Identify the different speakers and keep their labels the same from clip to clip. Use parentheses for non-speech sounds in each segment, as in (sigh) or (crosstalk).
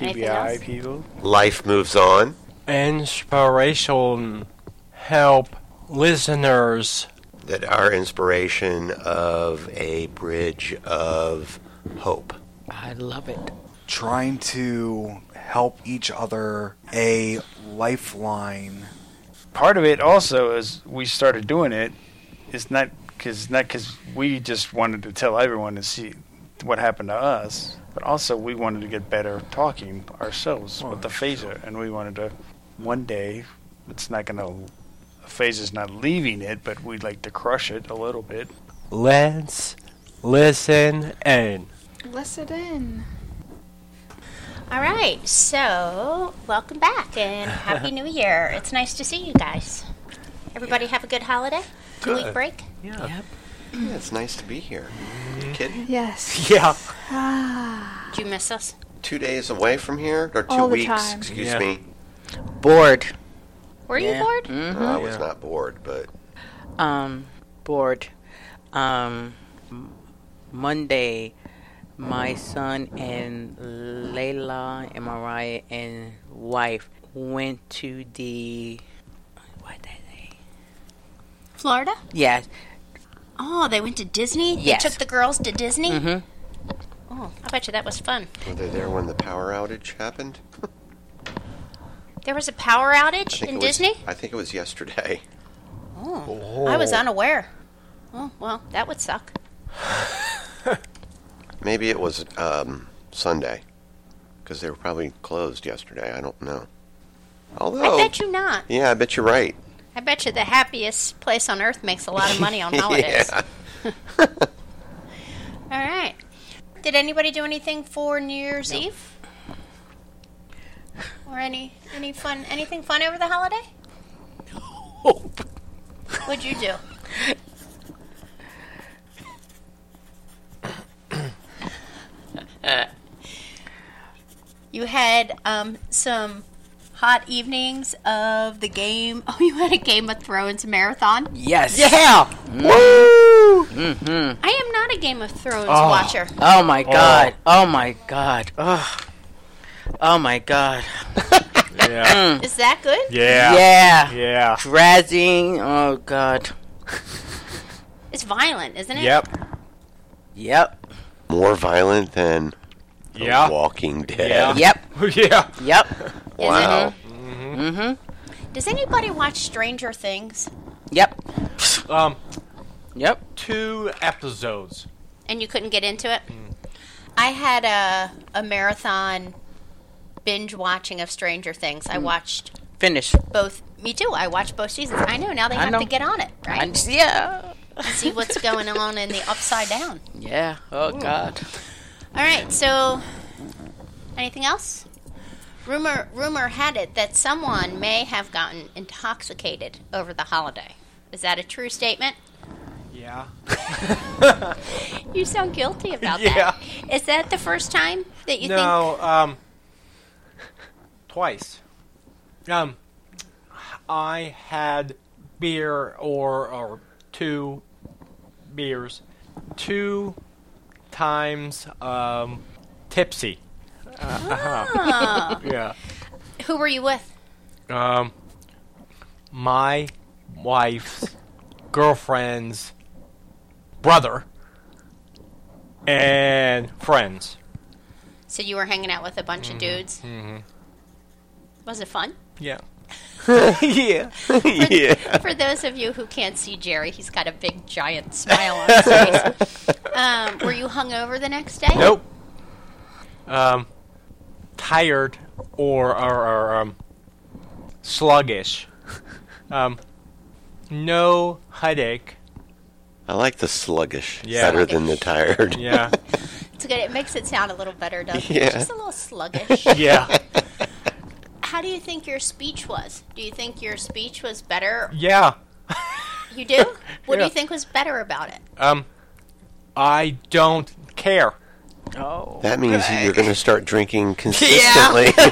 Speaker 1: Anything else?
Speaker 2: TBI people.
Speaker 3: Mm-hmm.
Speaker 4: Life moves on.
Speaker 3: Inspiration. Help listeners.
Speaker 4: That are inspiration of a bridge of hope.
Speaker 5: I love it.
Speaker 6: trying to help each other a lifeline.
Speaker 2: Part of it also is we started doing it. It's not because not because we just wanted to tell everyone to see what happened to us, but also we wanted to get better talking ourselves with the phaser, and we wanted to one day. It's not gonna. Phaser's not leaving it, but we'd like to crush it a little bit.
Speaker 3: Let's listen in.
Speaker 7: Listen in.
Speaker 1: All right, so welcome back and happy new year. It's nice to see you guys. Everybody have a good holiday, two week
Speaker 4: Good.
Speaker 1: break.
Speaker 4: Yeah. Yeah, it's nice to be here.
Speaker 3: Mm-hmm.
Speaker 4: You kidding?
Speaker 7: Yes.
Speaker 3: (laughs)
Speaker 7: Ah,
Speaker 3: Yeah.
Speaker 1: Did you miss us?
Speaker 4: Two days away from here? Or two
Speaker 7: All the
Speaker 4: weeks,
Speaker 7: time.
Speaker 4: excuse
Speaker 3: Yeah.
Speaker 4: me.
Speaker 5: Bored.
Speaker 1: Were
Speaker 5: Yeah. Mm-hmm.
Speaker 1: you bored?
Speaker 3: Mm-hmm.
Speaker 4: I was not bored, but
Speaker 5: Um, bored. Um, m- Monday, my son and Layla and Mariah and wife went to the what did they?
Speaker 1: Florida?
Speaker 5: Yes,
Speaker 1: Oh, they went to Disney.
Speaker 5: Yes.
Speaker 1: They took the girls to Disney. Mm-hmm. Oh, I bet you that was fun.
Speaker 4: were they there when the power outage happened?
Speaker 1: There was a power
Speaker 4: I
Speaker 1: outage
Speaker 4: think
Speaker 1: in
Speaker 4: it was-
Speaker 1: Disney.
Speaker 4: I think it was yesterday. (laughs)
Speaker 1: I was unaware. Oh well, that would suck.
Speaker 4: Maybe it was um, Sunday, because they were probably closed yesterday. I don't know. Although,
Speaker 1: I bet you not.
Speaker 4: yeah, I bet you're right.
Speaker 1: I bet you the happiest place on earth makes a lot of money on holidays. (laughs)
Speaker 4: yeah.
Speaker 1: All right. Did anybody do anything for New Year's Eve? Or any any fun anything fun over the holiday? What'd you do? you had um, some hot evenings of the game. (laughs) Oh, you had a Game of Thrones marathon.
Speaker 5: yes, yeah. Mm-hmm.
Speaker 1: I am not a Game of Thrones watcher.
Speaker 5: Oh my god. Oh my god. Oh, oh my god. (laughs) Mm.
Speaker 3: Yeah.
Speaker 1: Is that good?
Speaker 3: Yeah.
Speaker 5: Yeah.
Speaker 3: Yeah.
Speaker 5: Drazzing. Oh god.
Speaker 1: It's violent, isn't it?
Speaker 3: Yep.
Speaker 5: Yep.
Speaker 4: More violent than The
Speaker 3: Yeah.
Speaker 4: Walking Dead.
Speaker 3: Ah. Yeah.
Speaker 5: Yep.
Speaker 3: (laughs) Yeah.
Speaker 5: Yep. Mm-hmm.
Speaker 1: Is it?
Speaker 4: Wow.
Speaker 1: Does anybody watch Stranger Things?
Speaker 5: Yep.
Speaker 3: Um,
Speaker 5: Yep.
Speaker 3: two episodes.
Speaker 1: And you couldn't get into it?
Speaker 5: Mm.
Speaker 1: I had a, a marathon binge watching of Stranger Things.
Speaker 5: Mm.
Speaker 1: I watched
Speaker 5: Finish.
Speaker 1: both. Me too. I watched both seasons. I know now they
Speaker 5: I
Speaker 1: have
Speaker 5: know.
Speaker 1: to get on it, right? (laughs)
Speaker 5: And yeah.
Speaker 1: See what's going on in the upside down.
Speaker 5: Yeah. Oh god.
Speaker 1: All right. So, anything else? Rumor rumor had it that someone may have gotten intoxicated over the holiday. Is that a true statement?
Speaker 3: Yeah.
Speaker 1: You sound guilty about
Speaker 3: Yeah.
Speaker 1: that. Is that the first time that you think?
Speaker 3: no, um, twice. Um, I had beer or or two beers, two times um tipsy.
Speaker 1: Ah.
Speaker 3: (laughs) Yeah.
Speaker 1: Who were you with?
Speaker 3: Um, my wife's girlfriend's brother and friends.
Speaker 1: So you were hanging out with a bunch of dudes. Mm-hmm. Was it fun?
Speaker 3: (laughs) Yeah.
Speaker 5: Yeah.
Speaker 4: (laughs)
Speaker 1: (laughs) For those of you who can't see Jerry, he's got a big giant smile on his face.
Speaker 3: (laughs)
Speaker 1: Um, were you hungover the next day?
Speaker 3: Nope. Um, tired or, or, or um, sluggish. um, no headache.
Speaker 4: I like the sluggish
Speaker 3: Yeah.
Speaker 4: better than the tired. (laughs)
Speaker 3: Yeah.
Speaker 1: It's good. It makes it sound a little better, doesn't it?
Speaker 4: Yeah.
Speaker 1: Just a little sluggish.
Speaker 3: yeah.
Speaker 1: do you think your speech was? Do you think your speech was better?
Speaker 3: Yeah.
Speaker 1: You
Speaker 5: (laughs)
Speaker 1: do? What do
Speaker 3: Yeah.
Speaker 1: you think was better about it?
Speaker 3: Um, I don't care.
Speaker 4: (laughs)
Speaker 5: Oh.
Speaker 4: That means you're going to start
Speaker 1: (laughs)
Speaker 4: drinking consistently.
Speaker 5: Wow.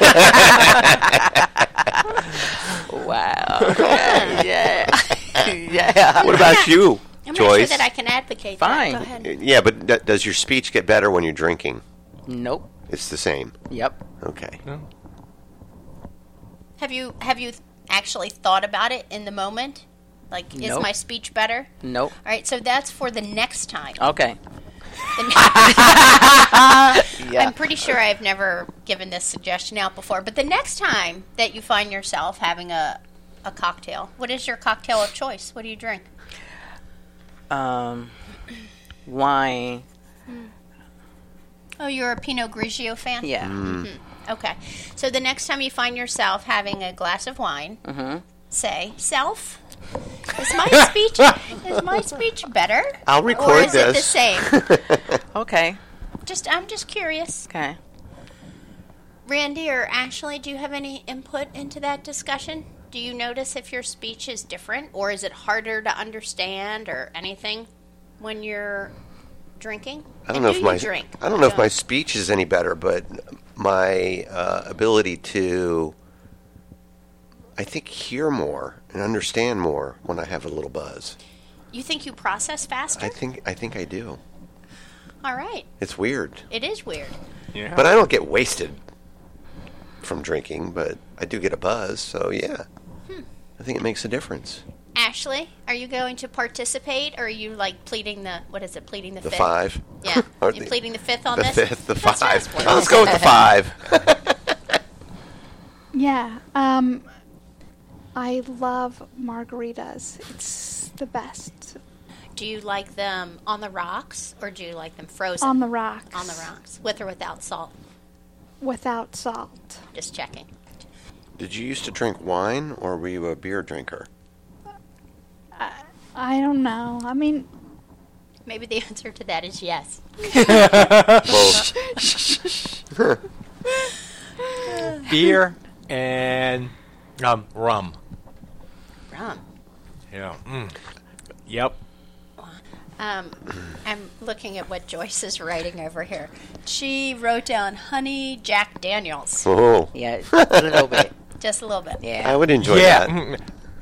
Speaker 5: yeah. (laughs) yeah.
Speaker 4: what about you,
Speaker 1: I'm not sure
Speaker 4: Joyce?
Speaker 1: that I can advocate.
Speaker 5: Fine.
Speaker 1: That. Go ahead.
Speaker 4: yeah, but d- does your speech get better when you're drinking?
Speaker 5: Nope.
Speaker 4: It's the same.
Speaker 5: Yep.
Speaker 4: Okay.
Speaker 1: Have you have you actually thought about it in the moment? Like, is
Speaker 5: Nope.
Speaker 1: my speech better?
Speaker 5: Nope.
Speaker 1: All right, so that's for the next
Speaker 5: (laughs)
Speaker 1: time.
Speaker 5: Okay.
Speaker 1: The ne-
Speaker 5: Yeah.
Speaker 1: I'm pretty sure I've never given this suggestion out before, but the next time that you find yourself having a a cocktail, what is your cocktail of choice? What do you drink?
Speaker 5: um, wine.
Speaker 1: Oh, you're a Pinot Grigio fan.
Speaker 5: Yeah.
Speaker 1: Okay. So the next time you find yourself having a glass of wine, say, "Self, is my speech is my speech better?"
Speaker 4: I'll
Speaker 1: Or
Speaker 4: record
Speaker 1: is it the
Speaker 4: this.
Speaker 1: same?
Speaker 5: Okay.
Speaker 1: Just, I'm just curious.
Speaker 5: Okay.
Speaker 1: Randy or Ashley, do you have any input into that discussion? Do you notice if your speech is different, or is it harder to understand, or anything when you're drinking?
Speaker 4: (laughs) I
Speaker 1: And
Speaker 4: don't know
Speaker 1: do
Speaker 4: if
Speaker 1: you
Speaker 4: my
Speaker 1: drink.
Speaker 4: I don't know if
Speaker 1: Go.
Speaker 4: my speech is any better, but my uh, ability to I think hear more and understand more when I have a little buzz.
Speaker 1: You think you process faster?
Speaker 4: I think I think I do.
Speaker 1: All right,
Speaker 4: It's weird,
Speaker 1: it is weird.
Speaker 3: Yeah.
Speaker 4: but I don't get wasted from drinking, but I do get a buzz. So yeah,
Speaker 1: Hmm.
Speaker 4: I think it makes a difference.
Speaker 1: Ashley, are you going to participate, or are you like pleading the what is it? Pleading the,
Speaker 4: The
Speaker 1: fifth.
Speaker 4: five,
Speaker 1: Yeah,
Speaker 4: (laughs) Or
Speaker 1: you
Speaker 4: the-
Speaker 1: pleading the fifth on
Speaker 4: the
Speaker 1: this.
Speaker 4: fifth, the
Speaker 1: That's
Speaker 4: five.
Speaker 1: nice.
Speaker 4: (laughs) Let's go with the five.
Speaker 1: (laughs)
Speaker 7: Yeah. Um, I love margaritas. It's the best
Speaker 1: Do you like them on the rocks, or do you like them frozen
Speaker 7: on the rocks.
Speaker 1: on the rocks, with or without salt?
Speaker 7: Without salt.
Speaker 1: Just checking.
Speaker 4: Did you used to drink wine, or were you a
Speaker 1: (laughs)
Speaker 4: beer drinker?
Speaker 7: I don't know. I mean,
Speaker 1: Maybe the (laughs) answer to that is yes.
Speaker 4: Well,
Speaker 3: (laughs) Beer and um rum.
Speaker 1: Rum.
Speaker 3: Yeah. Mm. Yep.
Speaker 1: Um, I'm looking at what Joyce is writing over here. She wrote down honey Jack Daniels.
Speaker 4: oh,
Speaker 5: Yeah. A little bit.
Speaker 1: Just a little bit.
Speaker 5: Yeah.
Speaker 4: I would enjoy
Speaker 3: yeah.
Speaker 4: that.
Speaker 3: Mm.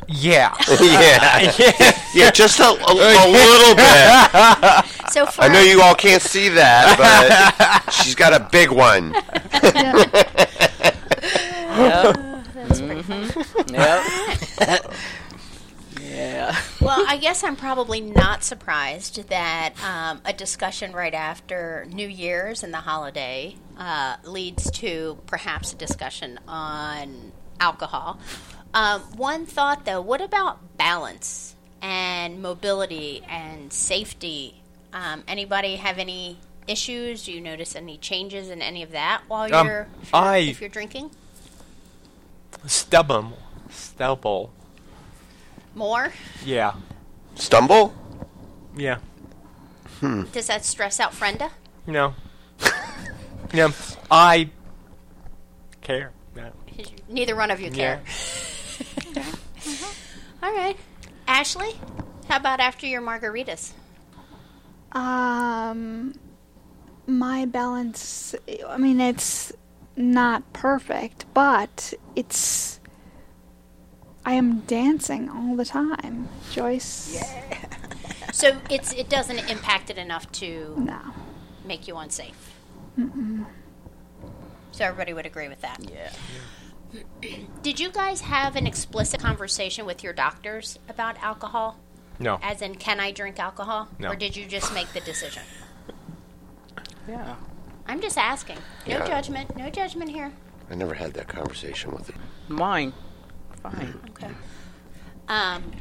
Speaker 3: Yeah.
Speaker 4: (laughs) yeah.
Speaker 3: yeah.
Speaker 4: Yeah, just a, a,
Speaker 1: (laughs)
Speaker 4: a little bit.
Speaker 3: (laughs)
Speaker 1: So for
Speaker 4: I know you all can't see that,
Speaker 1: (laughs)
Speaker 4: but she's got a big one.
Speaker 7: yeah,
Speaker 5: (laughs) Mm-hmm. Yep. yeah.
Speaker 1: well, I guess I'm probably not surprised that um, a discussion right after New Year's and the holiday uh, leads to perhaps a discussion on alcohol. Um, one thought, though, what about balance and mobility and safety? Um, anybody have any issues? Do you notice any changes in any of that while
Speaker 3: Um,
Speaker 1: you're if you're-
Speaker 3: I-
Speaker 1: if you're drinking
Speaker 3: Stubble. Stubble.
Speaker 1: more?
Speaker 3: Yeah.
Speaker 4: Stumble?
Speaker 3: Yeah.
Speaker 1: Does that stress out Frenda?
Speaker 3: No. no. I care. No.
Speaker 1: Neither one of you
Speaker 3: Yeah.
Speaker 1: care. All right. Ashley, how about after your margaritas?
Speaker 7: um, my balance. I mean, it's not perfect, but it's. I am dancing all the time, Joyce.
Speaker 1: So it's it doesn't impact it enough to
Speaker 7: No.
Speaker 1: make you unsafe. So everybody would agree with that.
Speaker 5: Yeah.
Speaker 1: (clears throat) Did you guys have an explicit conversation with your doctors about alcohol?
Speaker 3: No.
Speaker 1: As in, can I drink alcohol?
Speaker 3: No.
Speaker 1: Or did you just make the decision?
Speaker 5: Yeah.
Speaker 1: I'm just asking. No
Speaker 4: Yeah.
Speaker 1: judgment. No judgment here.
Speaker 4: I never had that conversation with her.
Speaker 5: Mine. Fine.
Speaker 1: Okay. Um,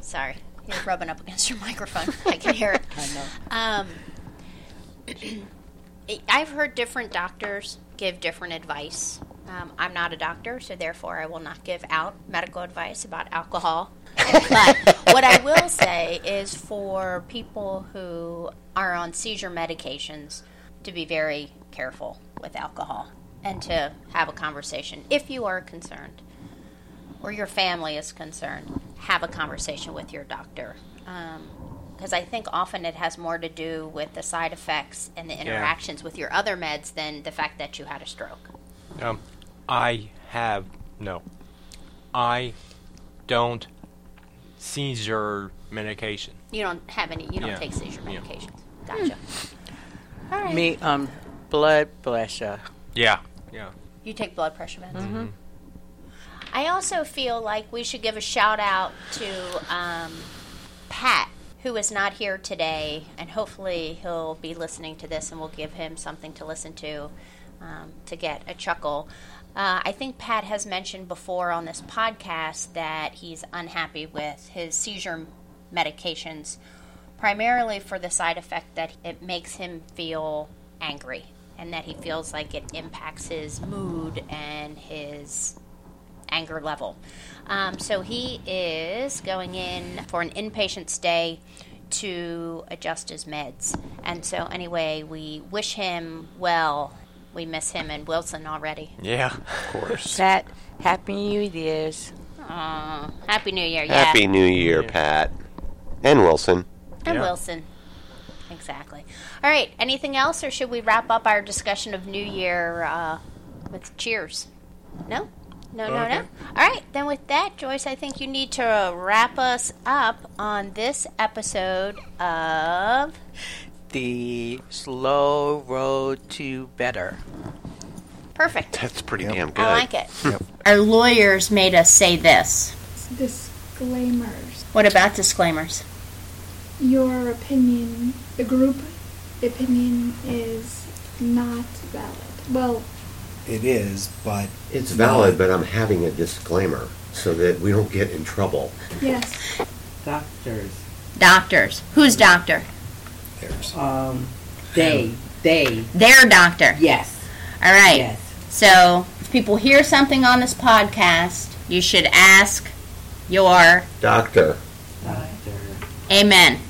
Speaker 1: sorry, you're rubbing up against your
Speaker 5: (laughs)
Speaker 1: microphone. I can hear it.
Speaker 5: I know.
Speaker 1: Um, (clears throat) it- I've heard different doctors give different advice. Um, I'm not a doctor, so therefore I will not give out medical advice about alcohol. but
Speaker 3: (laughs)
Speaker 1: what I will say is for people who are on seizure medications to be very careful with alcohol and to have a conversation. If you are concerned or your family is concerned, have a conversation with your doctor. Because I think often it has more to do with the side effects and the interactions with your other meds than the fact that you had a stroke.
Speaker 3: Um, I have no. I don't seizure medication.
Speaker 1: You don't have any, you don't
Speaker 3: Yeah.
Speaker 1: take seizure
Speaker 3: Yeah.
Speaker 1: medications. Gotcha. All right.
Speaker 5: Me, um, blood pressure.
Speaker 3: Yeah. Yeah.
Speaker 1: You take blood pressure meds. I also feel like we should give a shout out to um, Pat, who is not here today, and hopefully he'll be listening to this, and we'll give him something to listen to um, to get a chuckle. Uh, I think Pat has mentioned before on this podcast that he's unhappy with his seizure medications, primarily for the side effect that it makes him feel angry and that he feels like it impacts his mood and his anger level. Um, so he is going in for an inpatient stay to adjust his meds. And so, anyway, we wish him well. We miss him and Wilson already.
Speaker 3: Yeah.
Speaker 4: Of course.
Speaker 5: Pat, happy New Year's.
Speaker 1: Aw, Happy New Year, yeah.
Speaker 4: Happy New Year, Pat. And Wilson.
Speaker 1: And
Speaker 3: Yeah.
Speaker 1: Wilson. Exactly. All right. Anything else, or should we wrap up our discussion of New Year uh, with cheers? No? No, no, no.
Speaker 3: Okay.
Speaker 1: All right. Then, with that, Joyce, I think you need to uh, wrap us up on this episode of.
Speaker 5: The slow road to better.
Speaker 1: Perfect.
Speaker 4: That's pretty damn good.
Speaker 1: I like it. Our lawyers made us say this.
Speaker 7: Disclaimers.
Speaker 1: What about disclaimers?
Speaker 7: Your opinion, the group opinion is not valid. Well,
Speaker 6: It is, but
Speaker 4: It's valid, but I'm having a disclaimer so that we don't get in trouble.
Speaker 7: yes.
Speaker 8: Doctors.
Speaker 1: Doctors. Who's doctor?
Speaker 6: there's.
Speaker 8: Um, they. They.
Speaker 1: Their doctor.
Speaker 8: Yes.
Speaker 1: All right.
Speaker 8: Yes.
Speaker 1: So, if people hear something on this podcast, you should ask your
Speaker 4: Doctor.
Speaker 8: Doctor.
Speaker 1: amen.